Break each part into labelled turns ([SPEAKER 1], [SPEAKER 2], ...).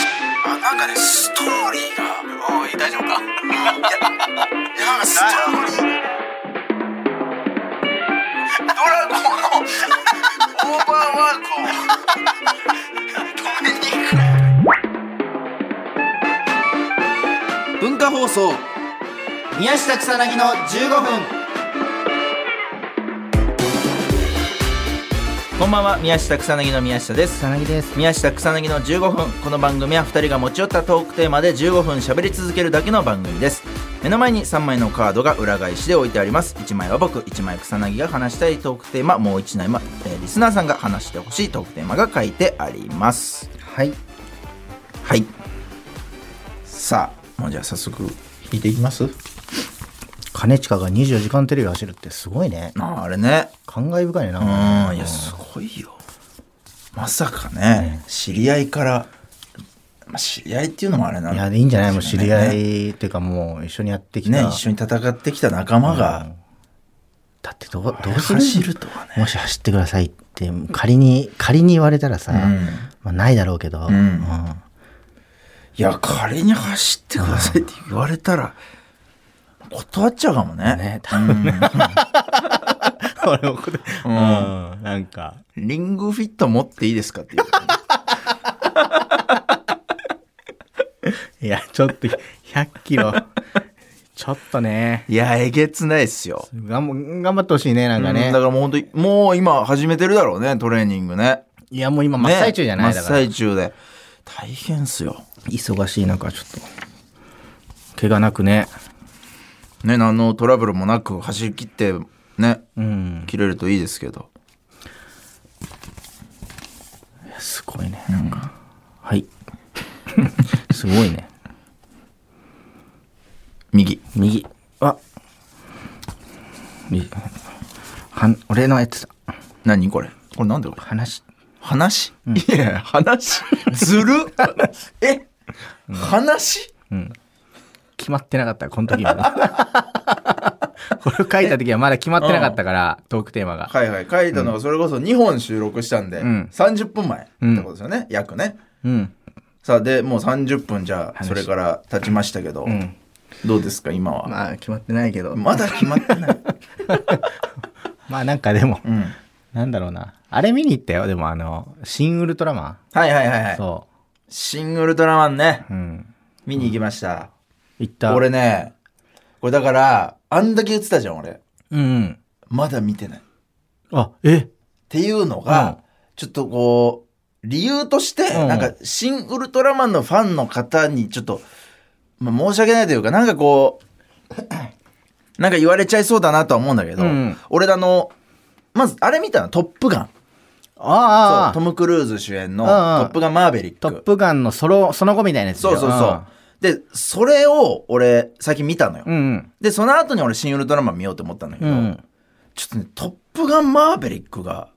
[SPEAKER 1] かねストーリーが
[SPEAKER 2] おい大丈夫か
[SPEAKER 1] いやストーリードラゴンのオーバーワークを止めに行く
[SPEAKER 2] 文化放送
[SPEAKER 3] 宮下草薙の15分
[SPEAKER 2] こんばんは宮下草薙の宮下です
[SPEAKER 3] 草薙です
[SPEAKER 2] 宮下草薙の15分この番組は2人が持ち寄ったトークテーマで15分喋り続けるだけの番組です目の前に3枚のカードが裏返しで置いてあります1枚は僕1枚草薙が話したいトークテーマもう1枚は、えーリスナーさんが話してほしいトークテーマが書いてあります
[SPEAKER 3] はい
[SPEAKER 2] はいさあもうじゃあ早速引いていきます
[SPEAKER 3] 兼近が24時間テレビ走るってすごいね
[SPEAKER 2] あああれね
[SPEAKER 3] 感慨深いねな
[SPEAKER 2] うん
[SPEAKER 3] か
[SPEAKER 2] んいやすごいよまさかね、知り合いから、まあ、知り合いっていうのもあれなん
[SPEAKER 3] いやいいんじゃないもう
[SPEAKER 2] か
[SPEAKER 3] 知
[SPEAKER 2] しれ
[SPEAKER 3] り
[SPEAKER 2] な
[SPEAKER 3] 合
[SPEAKER 2] ね
[SPEAKER 3] いっていうかもう一緒にやってきた、
[SPEAKER 2] ね一緒に戦ってきた仲間が
[SPEAKER 3] だってどうどうする
[SPEAKER 2] 走るとはね
[SPEAKER 3] もし走ってくださいって仮に仮に言われたらさ、
[SPEAKER 2] ん
[SPEAKER 3] まあ、ないだろうけど、
[SPEAKER 2] ん
[SPEAKER 3] うん
[SPEAKER 2] いや仮に走ってくださいって言われたら断っちゃうかもね
[SPEAKER 3] ね多
[SPEAKER 2] うん
[SPEAKER 3] 俺もこれうんなんか
[SPEAKER 2] リングフィット持っていいですか っていう
[SPEAKER 3] いやちょっと100キロちょっとね
[SPEAKER 2] いやえげつないっすよ
[SPEAKER 3] 頑張頑張ってほしいねなんかね、
[SPEAKER 2] うんだからもう本当にもう今始めてるだろうねトレーニングね
[SPEAKER 3] いやもう今真っ最中じゃない、
[SPEAKER 2] ね
[SPEAKER 3] だから
[SPEAKER 2] 真っ最中で大変っすよ
[SPEAKER 3] 忙しい中ちょっと怪我なくね
[SPEAKER 2] ね何のトラブルもなく走り切ってね
[SPEAKER 3] うん
[SPEAKER 2] 切れるといいですけど
[SPEAKER 3] すごいねなんか、はい すごいね
[SPEAKER 2] 右
[SPEAKER 3] 右あ右はん俺のやつだ
[SPEAKER 2] 何これこれなんでこれ
[SPEAKER 3] 話
[SPEAKER 2] 話、いや話ず るえ話
[SPEAKER 3] 決まってなかったこの時 はこれを書いた時はまだ決まってなかったから、トークテーマが
[SPEAKER 2] はいはい書いたのがそれこそ2本収録したんで、
[SPEAKER 3] ん
[SPEAKER 2] 30分前ってことですよね、約ね
[SPEAKER 3] うん
[SPEAKER 2] さあでもう30分じゃあそれから経ちましたけど、
[SPEAKER 3] ん
[SPEAKER 2] どうですか今は、
[SPEAKER 3] まあ決まってないけど
[SPEAKER 2] まだ決まってない、
[SPEAKER 3] まあなんかでも、
[SPEAKER 2] うん、
[SPEAKER 3] なんだろうなあれ見に行ったよでもあの「新ウルトラマ
[SPEAKER 2] はいはいはいは
[SPEAKER 3] ン」
[SPEAKER 2] い
[SPEAKER 3] そ
[SPEAKER 2] 「シン・ウルトラマンね
[SPEAKER 3] う」うん
[SPEAKER 2] 見に行きました、
[SPEAKER 3] 行った
[SPEAKER 2] 俺ねこれだからあんだけ言ってたじゃん俺
[SPEAKER 3] うんうん
[SPEAKER 2] まだ見てないっ
[SPEAKER 3] あえ
[SPEAKER 2] ていうのが、
[SPEAKER 3] うん
[SPEAKER 2] ちょっとこう理由として、
[SPEAKER 3] うん
[SPEAKER 2] なんか「シン・ウルトラマン」のファンの方にちょっと、まあ、申し訳ないというかなんかこう なんか言われちゃいそうだなとは思うんだけど、
[SPEAKER 3] うん
[SPEAKER 2] 俺あのまずあれ見たの「トップガン」そ
[SPEAKER 3] あ
[SPEAKER 2] うト
[SPEAKER 3] あ
[SPEAKER 2] ム・クルーズ主演の「
[SPEAKER 3] う
[SPEAKER 2] ト
[SPEAKER 3] んうん
[SPEAKER 2] ップガンマーヴェリック」
[SPEAKER 3] トップガンのそのその後みたいなやつだ
[SPEAKER 2] そう
[SPEAKER 3] よ
[SPEAKER 2] そうそうでそれを俺先見たのよ、
[SPEAKER 3] うんうん
[SPEAKER 2] でその後に俺「シン・ウルトラマン」見ようと思ったんだけ
[SPEAKER 3] う
[SPEAKER 2] ど、
[SPEAKER 3] ん、うん
[SPEAKER 2] ちょっとね「トップガンマーヴェリック」が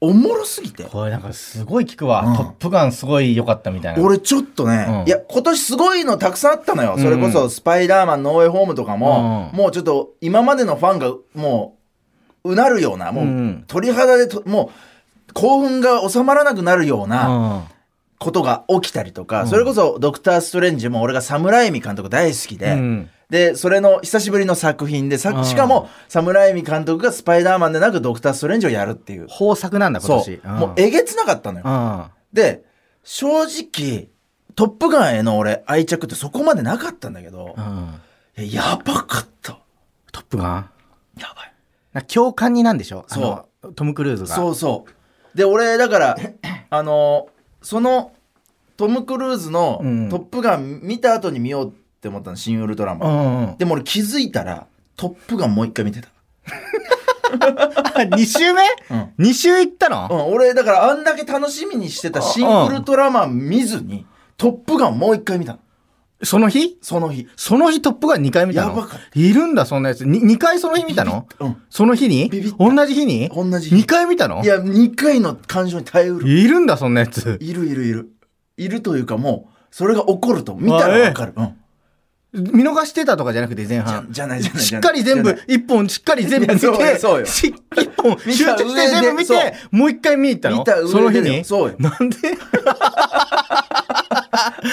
[SPEAKER 2] おもろすぎて
[SPEAKER 3] これなんかすごい聞くわ、
[SPEAKER 2] うん
[SPEAKER 3] トップガンすごい良かったみたいな。
[SPEAKER 2] 俺ちょっとね、
[SPEAKER 3] うん
[SPEAKER 2] いや今年すごいのたくさんあったのよ、
[SPEAKER 3] うん
[SPEAKER 2] それこそ「スパイダーマンノーウェイホーム」とかも、
[SPEAKER 3] うん
[SPEAKER 2] もうちょっと今までのファンがもううなるようなもう、
[SPEAKER 3] うん
[SPEAKER 2] 鳥肌でともう興奮が収まらなくなるよう
[SPEAKER 3] う、
[SPEAKER 2] なんことが起きたりとか、それこそ「ドクター・ストレンジ」も俺がサムライミ監督大好きで。
[SPEAKER 3] うん
[SPEAKER 2] でそれの久しぶりの作品で
[SPEAKER 3] う
[SPEAKER 2] さ
[SPEAKER 3] ん
[SPEAKER 2] しかも侍海監督が「スパイダーマン」でなく「ドクター・ストレンジ」をやるっていう
[SPEAKER 3] 豊作なんだ今
[SPEAKER 2] そ
[SPEAKER 3] 年。
[SPEAKER 2] うもうえげつなかったのよ
[SPEAKER 3] うん
[SPEAKER 2] で正直「トップガン」への俺愛着ってそこまでなかったんだけど
[SPEAKER 3] うん
[SPEAKER 2] いややばかった
[SPEAKER 3] トップガン
[SPEAKER 2] やばい
[SPEAKER 3] なんか共感になんでしょうトム・クルーズが。。
[SPEAKER 2] そううそうで俺だから あのそのトム・クルーズの「
[SPEAKER 3] うん
[SPEAKER 2] トップガン」見た後に見ようって思ったの「新ウルトラマン
[SPEAKER 3] んうん」、
[SPEAKER 2] でも俺気づいたら「トップガン」もう一回見てた
[SPEAKER 3] 2週目、
[SPEAKER 2] うん
[SPEAKER 3] 二 ?2 週行った
[SPEAKER 2] う
[SPEAKER 3] の、
[SPEAKER 2] ん、俺だからあんだけ楽しみにしてた「シン・ウルトラマン」見ずに「トップガン」もう一回見たの
[SPEAKER 3] その日
[SPEAKER 2] その日
[SPEAKER 3] その日トップガン2回見たの
[SPEAKER 2] やばかっ
[SPEAKER 3] いるんだそんなやつ。に2回その日見たの
[SPEAKER 2] うん
[SPEAKER 3] その日に
[SPEAKER 2] ビビった
[SPEAKER 3] 同じ日に
[SPEAKER 2] 同じ
[SPEAKER 3] 2
[SPEAKER 2] 日
[SPEAKER 3] 回見たの
[SPEAKER 2] いや2回の感情に耐えうる
[SPEAKER 3] いるんだそんなやつ。
[SPEAKER 2] いるいるいるいるというかもうそれが起こると見たらわかる、うん、
[SPEAKER 3] 見逃してたとかじゃなくて前半。
[SPEAKER 2] じゃないじゃない
[SPEAKER 3] し
[SPEAKER 2] じゃ
[SPEAKER 3] っ
[SPEAKER 2] な
[SPEAKER 3] か
[SPEAKER 2] い
[SPEAKER 3] り全部、一本、しっかり全
[SPEAKER 2] い
[SPEAKER 3] 部見
[SPEAKER 2] やそうよ
[SPEAKER 3] て、
[SPEAKER 2] そうよ
[SPEAKER 3] し一本、集 中
[SPEAKER 2] 見た上で
[SPEAKER 3] して全部見
[SPEAKER 2] そう
[SPEAKER 3] て、もう一回見に行ったの
[SPEAKER 2] 見た上で
[SPEAKER 3] その日
[SPEAKER 2] だよ
[SPEAKER 3] に
[SPEAKER 2] そうよ
[SPEAKER 3] なんで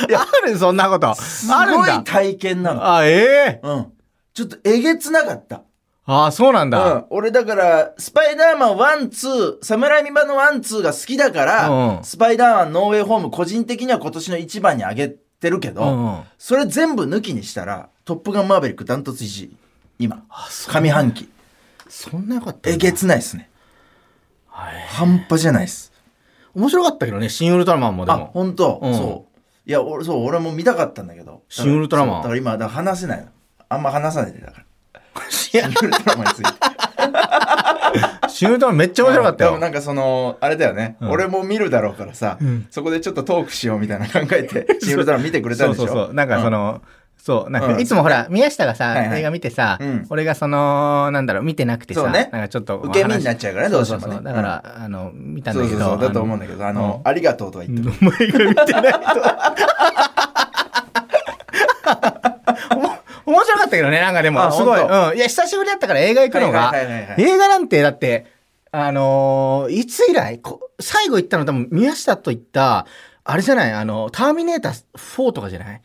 [SPEAKER 3] あるそんなこと。
[SPEAKER 2] す
[SPEAKER 3] あるん
[SPEAKER 2] ごい
[SPEAKER 3] だ。
[SPEAKER 2] 体験なの。
[SPEAKER 3] あ、ええ
[SPEAKER 2] うん。ちょっとえげつなかった。
[SPEAKER 3] ああ、そうなん
[SPEAKER 2] う
[SPEAKER 3] だ。
[SPEAKER 2] ん、俺だから、スパイダーマン1、2、侍ミバの1、2が好きだから、
[SPEAKER 3] うん
[SPEAKER 2] スパイダーマンノーウェイホーム個人的には今年の一番に上げてるけど、
[SPEAKER 3] うんうん
[SPEAKER 2] それ全部抜きにしたら、トップガンマーベリックダントツ1位。今。上半期。
[SPEAKER 3] そんなよかったん
[SPEAKER 2] え
[SPEAKER 3] だ。
[SPEAKER 2] げつないですね。半端じゃないです。
[SPEAKER 3] 面白かったけどね、新ウルトラマンもで
[SPEAKER 2] あ、
[SPEAKER 3] も。
[SPEAKER 2] 本当、
[SPEAKER 3] うん
[SPEAKER 2] そう。いや、俺、そう、俺も見たかったんだけど。
[SPEAKER 3] シンウルトラマン
[SPEAKER 2] そうだから今、だから話せないの。あんま話さないで、だから。シンウルトラマンについて。
[SPEAKER 3] 新ウルトラマンめっちゃ面白かっ
[SPEAKER 2] で
[SPEAKER 3] た
[SPEAKER 2] もな
[SPEAKER 3] よ。
[SPEAKER 2] んかその、あれだよね、
[SPEAKER 3] うん
[SPEAKER 2] 俺も見るだろうからさ、
[SPEAKER 3] ん
[SPEAKER 2] そこでちょっとトークしようみたいな考 えて、シンウルトラマン見てくれたん
[SPEAKER 3] そ
[SPEAKER 2] でし
[SPEAKER 3] う
[SPEAKER 2] ょ
[SPEAKER 3] そうそう。なんかそ
[SPEAKER 2] うん
[SPEAKER 3] の、そう、なん
[SPEAKER 2] う
[SPEAKER 3] か
[SPEAKER 2] ん
[SPEAKER 3] いつもほら、宮下が
[SPEAKER 2] はい
[SPEAKER 3] さ、
[SPEAKER 2] はい
[SPEAKER 3] 映画見てさ
[SPEAKER 2] うん、
[SPEAKER 3] 俺がその、なんだろう、見てなくて
[SPEAKER 2] そ
[SPEAKER 3] さ、
[SPEAKER 2] う
[SPEAKER 3] なん
[SPEAKER 2] ね
[SPEAKER 3] かちょっとお話。
[SPEAKER 2] 受け身になっちゃうからね、どうしても
[SPEAKER 3] そうそうそう
[SPEAKER 2] ね。
[SPEAKER 3] だから、あの、見たん
[SPEAKER 2] そ
[SPEAKER 3] だ
[SPEAKER 2] う
[SPEAKER 3] け
[SPEAKER 2] そう
[SPEAKER 3] ど。
[SPEAKER 2] そうだと思うん
[SPEAKER 3] だ
[SPEAKER 2] だけど、あの、ありがとうとは言ってる。
[SPEAKER 3] お前が見てないと。おも 面白かったけどね、なんかでも、
[SPEAKER 2] あ
[SPEAKER 3] すごい。
[SPEAKER 2] 本
[SPEAKER 3] うん。いや、久しぶりだったから映画行くのが、
[SPEAKER 2] はいはいはいはいはい
[SPEAKER 3] 映画なんて、だって、あのーいつ以来こ最後行ったの多分、宮下と行った、あれじゃないあの、ターミネーター4とかじゃない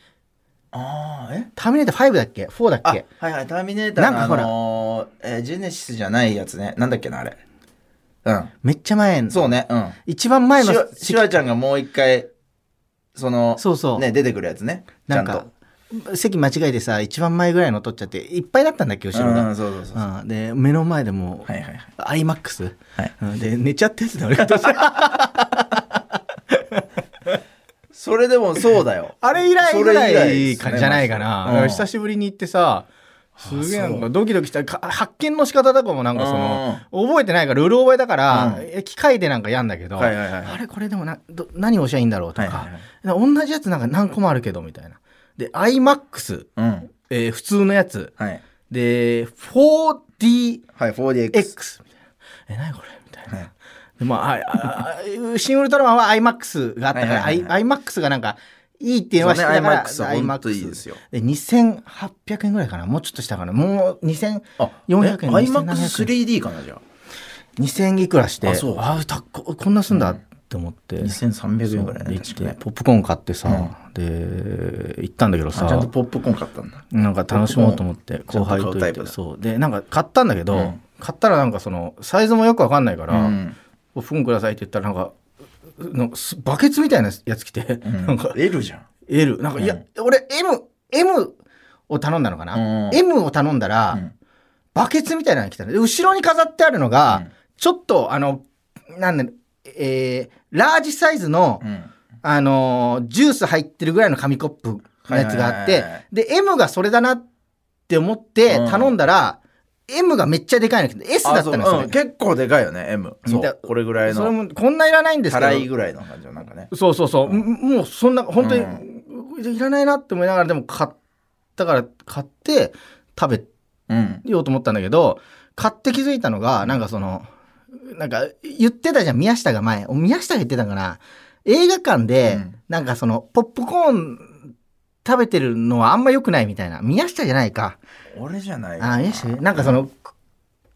[SPEAKER 2] ああ、え
[SPEAKER 3] ターミネーター5だっけ ?4 だっ
[SPEAKER 2] あ、
[SPEAKER 3] け
[SPEAKER 2] はいはい、ターミネーターの、
[SPEAKER 3] なん
[SPEAKER 2] あ
[SPEAKER 3] かほら
[SPEAKER 2] のーえージェネシスじゃないやつね。なんだっけな、あれ。う
[SPEAKER 3] めっちゃ前の
[SPEAKER 2] ん。そうね、うん。
[SPEAKER 3] 一番前の
[SPEAKER 2] シュワシュワちゃんがもう一回、その、
[SPEAKER 3] そうそう
[SPEAKER 2] ね、出てくるやつね。
[SPEAKER 3] なん
[SPEAKER 2] ちゃん
[SPEAKER 3] か
[SPEAKER 2] と。
[SPEAKER 3] 席間違えてさ一番前ぐらいの取っちゃっていっぱいだったんだっけ後ろ
[SPEAKER 2] うん
[SPEAKER 3] が、
[SPEAKER 2] そうそうそう。は
[SPEAKER 3] うん、で目の前でも
[SPEAKER 2] いはいはい。
[SPEAKER 3] う、アイマックス、
[SPEAKER 2] はい
[SPEAKER 3] うんで寝ちゃってんす ね俺が
[SPEAKER 2] それでもそうだよ。
[SPEAKER 3] あれ以来ぐ
[SPEAKER 2] それ
[SPEAKER 3] らい
[SPEAKER 2] 以来です
[SPEAKER 3] か
[SPEAKER 2] ね
[SPEAKER 3] じゃないかな、
[SPEAKER 2] マジで
[SPEAKER 3] だか
[SPEAKER 2] うん
[SPEAKER 3] ら久しぶりに行ってさすげえなん
[SPEAKER 2] そ
[SPEAKER 3] かドキドキしたか発見の仕方とかもなんかその覚えてないからルール覚えだから、
[SPEAKER 2] うん
[SPEAKER 3] え機械でなんかやんだけど、
[SPEAKER 2] はいはいはい
[SPEAKER 3] あれこれでもなど何押しゃいいんだろうとか、
[SPEAKER 2] はいはい
[SPEAKER 3] 同じやつなんか何個もあるけどみたいなで iMAX、
[SPEAKER 2] うん。
[SPEAKER 3] えー普通のやつ
[SPEAKER 2] はい。
[SPEAKER 3] で 4D
[SPEAKER 2] はい、4DX。
[SPEAKER 3] X みたいな。え、何これみたい
[SPEAKER 2] はい
[SPEAKER 3] な。でまああ、あシン・ウルトラマンは iMAX があったから、
[SPEAKER 2] はいはいはい
[SPEAKER 3] iMAX がなんかいいっていうのは知ってたから、
[SPEAKER 2] そうね iMAX は本当いいですよ
[SPEAKER 3] で、2800円ぐらいかなもうちょっとしたかなもう2000、400円
[SPEAKER 2] え iMAX3D かな、じゃあ。
[SPEAKER 3] 2000いくらして、
[SPEAKER 2] あそう
[SPEAKER 3] あたここんなすんだって思って。
[SPEAKER 2] 2300
[SPEAKER 3] そう
[SPEAKER 2] 円ぐらい
[SPEAKER 3] で
[SPEAKER 2] ね。
[SPEAKER 3] 行っ
[SPEAKER 2] 確
[SPEAKER 3] て
[SPEAKER 2] かね
[SPEAKER 3] ポップコーン買ってさ、で、行ったんだけど
[SPEAKER 2] あ
[SPEAKER 3] さ、
[SPEAKER 2] ちゃんとポップコーン買ったんだ。
[SPEAKER 3] なんか楽しもうと思って
[SPEAKER 2] ちゃ
[SPEAKER 3] 後
[SPEAKER 2] んと買
[SPEAKER 3] 輩
[SPEAKER 2] う
[SPEAKER 3] と
[SPEAKER 2] タ
[SPEAKER 3] 行
[SPEAKER 2] イ
[SPEAKER 3] っ
[SPEAKER 2] プ
[SPEAKER 3] て
[SPEAKER 2] だ
[SPEAKER 3] そうでなんか買ったんだけど、
[SPEAKER 2] うん
[SPEAKER 3] 買ったらなんかそのサイズもよくわかんないから
[SPEAKER 2] う
[SPEAKER 3] 「
[SPEAKER 2] ん
[SPEAKER 3] おフンください」って言ったらなんかなんかすバケツみたいなやつ来て、
[SPEAKER 2] うん
[SPEAKER 3] なんか
[SPEAKER 2] L じゃん。
[SPEAKER 3] L なんか、いや俺 MM を頼んだのかな、
[SPEAKER 2] うん
[SPEAKER 3] M を頼んだら、
[SPEAKER 2] うん
[SPEAKER 3] バケツみたいなのが来たので後ろに飾ってあるのが、
[SPEAKER 2] うん
[SPEAKER 3] ちょっとあのなんだろうえーラージサイズの、
[SPEAKER 2] うん
[SPEAKER 3] あのージュース入ってるぐらいの紙コップのやつがあっ
[SPEAKER 2] はい
[SPEAKER 3] て
[SPEAKER 2] はいはいはい、
[SPEAKER 3] で、M がそれだなって思って
[SPEAKER 2] うん
[SPEAKER 3] 頼んだら、M がめっちゃでかいの来て S だ
[SPEAKER 2] あ
[SPEAKER 3] った
[SPEAKER 2] そう
[SPEAKER 3] のよ、それ
[SPEAKER 2] うん結構でかいよね、M。そ
[SPEAKER 3] 見た
[SPEAKER 2] う。これぐらい
[SPEAKER 3] それ
[SPEAKER 2] の。
[SPEAKER 3] も、こんないらないんです
[SPEAKER 2] た
[SPEAKER 3] けど
[SPEAKER 2] ら。いぐらいの感じの、なんかね。
[SPEAKER 3] そうそうそう。もうそんな、本当に
[SPEAKER 2] う、
[SPEAKER 3] いらないなって思いながら、でも買ったから、買って食べ
[SPEAKER 2] うん。
[SPEAKER 3] ようと思ったんだけど、買って気づいたのが、なんかその、なんか言ってたじゃん、宮下が前。お宮下が言ってたんかな。映画館で、
[SPEAKER 2] うん
[SPEAKER 3] なんかその、ポップコーン食べてるのはあんま良くないみたいな。宮下じゃないか。
[SPEAKER 2] 俺じゃないよ
[SPEAKER 3] あ、宮下なんかその、く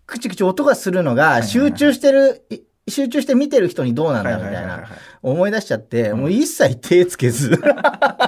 [SPEAKER 3] くちくち音がするのが、集中してる、い集中して見てる人にどうなんだろうみたい
[SPEAKER 2] はいはい
[SPEAKER 3] な
[SPEAKER 2] はいはい。
[SPEAKER 3] 思い出しちゃって、もう一切手つけ ず。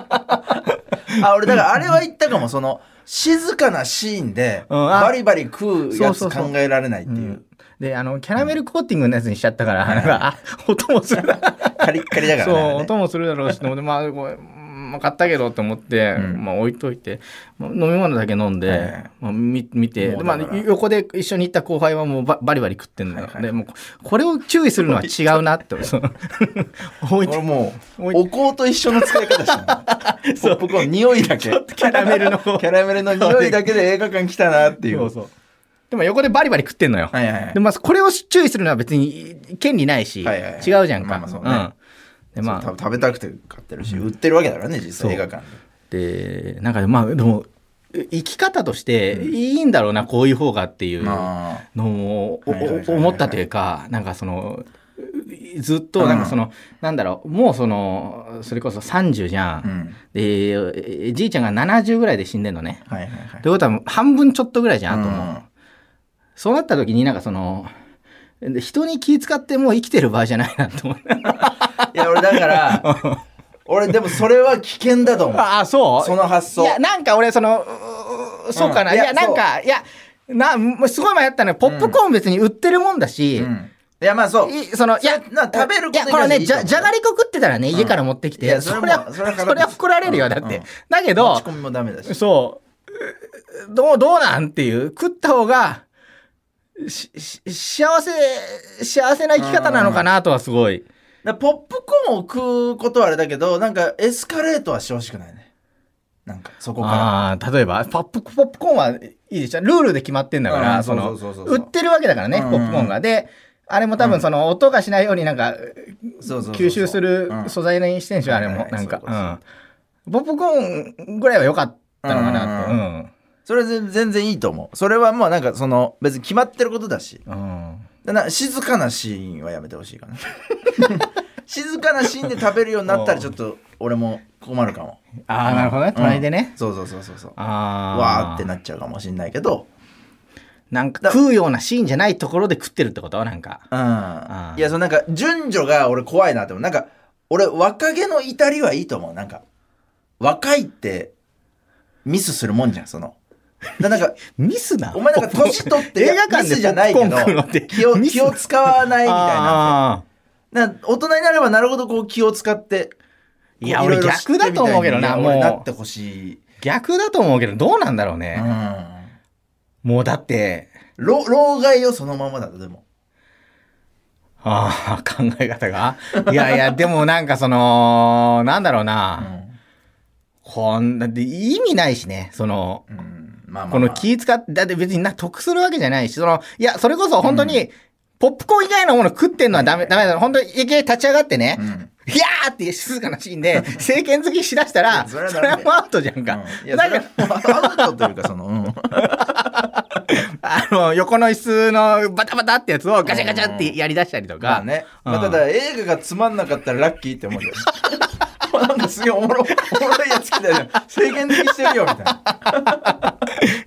[SPEAKER 2] あ、俺だからあれは言ったかも、その、静かなシーンで、
[SPEAKER 3] うんあ
[SPEAKER 2] バリバリ食うやつ
[SPEAKER 3] そうそうそ
[SPEAKER 2] 考
[SPEAKER 3] う
[SPEAKER 2] えられないって
[SPEAKER 3] う。
[SPEAKER 2] いうん
[SPEAKER 3] で、あの、キャラメルコーティングのやつにしちゃったから、なんか、あ、音もするな。
[SPEAKER 2] カリッカリだからねあ
[SPEAKER 3] そう
[SPEAKER 2] れね。
[SPEAKER 3] 音もするだろうしと思ってまあこれうんまあ買ったけどと思って、
[SPEAKER 2] うん
[SPEAKER 3] まあ、置いといて、まあ飲み物だけ飲んで、
[SPEAKER 2] はいはい
[SPEAKER 3] まあ、み見て
[SPEAKER 2] も
[SPEAKER 3] で
[SPEAKER 2] う
[SPEAKER 3] ま
[SPEAKER 2] だ
[SPEAKER 3] あ
[SPEAKER 2] から、
[SPEAKER 3] 横で一緒に行った後輩はもうババリバリ食ってんだよ、
[SPEAKER 2] はいはい
[SPEAKER 3] でもうここれを注意するのは違うなって そう置い
[SPEAKER 2] これ
[SPEAKER 3] て
[SPEAKER 2] もう、
[SPEAKER 3] 置い
[SPEAKER 2] お香と一緒の使い方した ねポップコーン匂いだけ。
[SPEAKER 3] キャラメルの
[SPEAKER 2] キャラメルの匂いだけで映画館来たなっていう。
[SPEAKER 3] そうそうでも横でバリバリ食ってんのよ、
[SPEAKER 2] はいはいはい
[SPEAKER 3] でまあこれを注意するのは別に権利ないし、
[SPEAKER 2] はいはいはい
[SPEAKER 3] 違うじゃんか、
[SPEAKER 2] まあまあそうね
[SPEAKER 3] んでまあ
[SPEAKER 2] そう食べたくて買ってるし、売ってるわけだからね、実際映画館で。
[SPEAKER 3] でなんかねまあでも生き方としていいんだろうな、こういう方がっていうの
[SPEAKER 2] まあ
[SPEAKER 3] をお
[SPEAKER 2] はいはいはいはい
[SPEAKER 3] お思ったというかなんかそのずっとなんかその、なんだろうもうそのそれこそ30じゃん、
[SPEAKER 2] うん
[SPEAKER 3] でえーじいちゃんが70ぐらいで死んでんのね
[SPEAKER 2] はいはいはい
[SPEAKER 3] ということはもう半分ちょっとぐらいじゃんあともう、
[SPEAKER 2] うん
[SPEAKER 3] そうなった時になんかそので人に気遣ってもう生きてる場合じゃないなと思う
[SPEAKER 2] いや俺だ から俺でもそれは危険だと思う
[SPEAKER 3] ああそう
[SPEAKER 2] その発想
[SPEAKER 3] いやなんか俺そのうーそうかな、
[SPEAKER 2] うんい
[SPEAKER 3] いや
[SPEAKER 2] や
[SPEAKER 3] なんかいやなもうすごい迷ったねポップコーン別に売ってるもんだし、
[SPEAKER 2] うんいやまあそう
[SPEAKER 3] いそのいや
[SPEAKER 2] それな食べること
[SPEAKER 3] いやこれ
[SPEAKER 2] には
[SPEAKER 3] ね
[SPEAKER 2] いい
[SPEAKER 3] じ
[SPEAKER 2] と思
[SPEAKER 3] ゃ
[SPEAKER 2] う
[SPEAKER 3] じゃがりこ食ってたらね家から持ってき
[SPEAKER 2] い
[SPEAKER 3] て、
[SPEAKER 2] や
[SPEAKER 3] そ
[SPEAKER 2] そ
[SPEAKER 3] れ
[SPEAKER 2] れ
[SPEAKER 3] は
[SPEAKER 2] も
[SPEAKER 3] そ
[SPEAKER 2] そ
[SPEAKER 3] れ
[SPEAKER 2] れ
[SPEAKER 3] は
[SPEAKER 2] は
[SPEAKER 3] 怒られるよだって、
[SPEAKER 2] うんうん
[SPEAKER 3] だけ
[SPEAKER 2] 持
[SPEAKER 3] ど
[SPEAKER 2] ち込みもダメだし
[SPEAKER 3] そうどうどうなんっていう食った方がしし幸せ幸せな生き方なのかなとはすごい
[SPEAKER 2] だからポップコーンを食うことはあれだけどなんかエスカレートはしてほしくないねなんかそこか
[SPEAKER 3] ああー例えばポップポップコーンはいいでしょルールで決まってんだから、
[SPEAKER 2] うん
[SPEAKER 3] その
[SPEAKER 2] そうそうそうそう
[SPEAKER 3] 売ってるわけだからね、
[SPEAKER 2] うん
[SPEAKER 3] ポップコーンがであれも多分その音がしないようになんか
[SPEAKER 2] らそうそうそうそう
[SPEAKER 3] 吸収する
[SPEAKER 2] うん
[SPEAKER 3] 素材にしてんでしょ、あれ
[SPEAKER 2] はい
[SPEAKER 3] も
[SPEAKER 2] はい
[SPEAKER 3] なん
[SPEAKER 2] そうそう
[SPEAKER 3] か、うん、ポップコーンぐらいは良かったのかなとう
[SPEAKER 2] うん
[SPEAKER 3] ん
[SPEAKER 2] それは全全然いいと思うそれはもうなんかその別に決まってることだし
[SPEAKER 3] うん
[SPEAKER 2] だな静かなシーンはやめてほしい かな静かなシーンで食べるようになったらちょっと俺も困るかも
[SPEAKER 3] ああなるほどね隣でね、
[SPEAKER 2] そうそうそうそうそう
[SPEAKER 3] あ
[SPEAKER 2] わ
[SPEAKER 3] あ
[SPEAKER 2] ーってなっちゃうかもしんないけど
[SPEAKER 3] なんか食うようなシーンじゃないところで食ってるってことなんか
[SPEAKER 2] うん
[SPEAKER 3] ー
[SPEAKER 2] いやそのなんか順序が俺怖いなって思うなんか俺若気の至りはいいと思うなんか若いってミスするもんじゃんそのだなん か
[SPEAKER 3] ミスな
[SPEAKER 2] お前なんか年取って
[SPEAKER 3] 映画館で
[SPEAKER 2] ミスじゃないけ
[SPEAKER 3] ポップコーン食うの
[SPEAKER 2] ど
[SPEAKER 3] って
[SPEAKER 2] 気を
[SPEAKER 3] ミス
[SPEAKER 2] 気を使わないみたいな
[SPEAKER 3] あ
[SPEAKER 2] な大人になればなるほどこう気を使って
[SPEAKER 3] いや
[SPEAKER 2] こう
[SPEAKER 3] 俺
[SPEAKER 2] ろろ知って
[SPEAKER 3] 逆だと思うけど
[SPEAKER 2] み
[SPEAKER 3] な
[SPEAKER 2] たいに俺
[SPEAKER 3] も
[SPEAKER 2] な
[SPEAKER 3] う
[SPEAKER 2] ってほしい、
[SPEAKER 3] ー逆だと思うけどどうなんだろう
[SPEAKER 2] う
[SPEAKER 3] ね、
[SPEAKER 2] ん、
[SPEAKER 3] もうだって
[SPEAKER 2] 老老害よそのままだとでも
[SPEAKER 3] ああ、考え方がいやい や、でもなんかその、なんだろう
[SPEAKER 2] う
[SPEAKER 3] な。
[SPEAKER 2] ん
[SPEAKER 3] こんな、で意味ないしね、その、
[SPEAKER 2] うんまあまあまあ
[SPEAKER 3] この気使って、だって別にな、得するわけじゃないし、その、いや、それこそ本当に、ポップコーン以外のもの食ってんのはダメ、ダメだ。本当に、いきなり立ち上がってね
[SPEAKER 2] う、ん
[SPEAKER 3] いやーって静かなシーンで、政権好きしだしたら、
[SPEAKER 2] いや
[SPEAKER 3] そ
[SPEAKER 2] そ
[SPEAKER 3] れ
[SPEAKER 2] れはダメ
[SPEAKER 3] はもうアウトじゃんか。
[SPEAKER 2] うんいや
[SPEAKER 3] だ
[SPEAKER 2] そ
[SPEAKER 3] か
[SPEAKER 2] れ
[SPEAKER 3] ら、
[SPEAKER 2] はアウトというかその、 うん、
[SPEAKER 3] あの、横の椅子のバタバタってやつをガチャガチャってやりだしたりと
[SPEAKER 2] ま
[SPEAKER 3] か
[SPEAKER 2] あ、ね、
[SPEAKER 3] うん
[SPEAKER 2] まあ、ただ映画がつまんなかったらラッキーって思うよなんかすげえおもろ おもろいやつ来たよ制限的してるよみたいな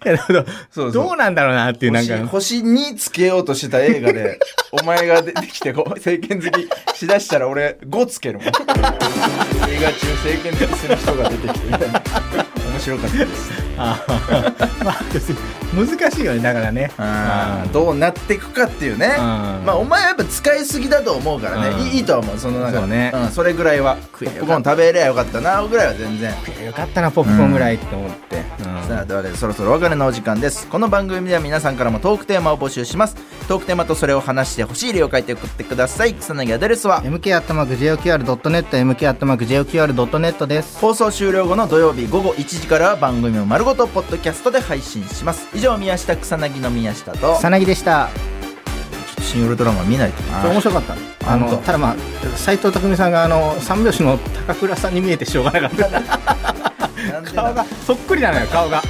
[SPEAKER 3] いや なるほど
[SPEAKER 2] そうそう
[SPEAKER 3] どうなんだろうなっていう、なんか。
[SPEAKER 2] 星星につけようとしてた映画でお前が出てきてこう政権好きしだしたら俺5つけるもん映画中政権好きする人が出てきてみたいな面白かったです
[SPEAKER 3] あーまあ難しいよねだからね
[SPEAKER 2] うんどうなっていくかっていうねまあお前はやっぱ使いすぎだと思うから
[SPEAKER 3] うん
[SPEAKER 2] ねいいいいとは思うそのなんか
[SPEAKER 3] そうね
[SPEAKER 2] んそれぐらいは
[SPEAKER 3] 食
[SPEAKER 2] ポ
[SPEAKER 3] えよか
[SPEAKER 2] ッ
[SPEAKER 3] った
[SPEAKER 2] プコーン食べればよかったなぐらいは全然
[SPEAKER 3] よかったなポップコーンぐらいって思って、うん
[SPEAKER 2] さあというわけでそろそろお別れのお時間ですこの番組では皆さんからもトークテーマを募集しますトークテーマとそれを話してほしい理由を書いて送ってください草薙アドレスは
[SPEAKER 3] mk.jqr.net mk.jqr.net です
[SPEAKER 2] 放送終了後の土曜日午後1時からは番組を丸ごとポッドキャストで配信します以上宮下草薙の宮下とちょっ
[SPEAKER 3] さなぎでした
[SPEAKER 2] と新ウルトラマン見ないと
[SPEAKER 3] こ
[SPEAKER 2] な
[SPEAKER 3] れ面白かったあの
[SPEAKER 2] 本当
[SPEAKER 3] ただまあ斎藤匠さんがあの三拍子の高倉さんに見えてしょうがなかった
[SPEAKER 2] なんでだ
[SPEAKER 3] 顔がそっくりなのよ顔が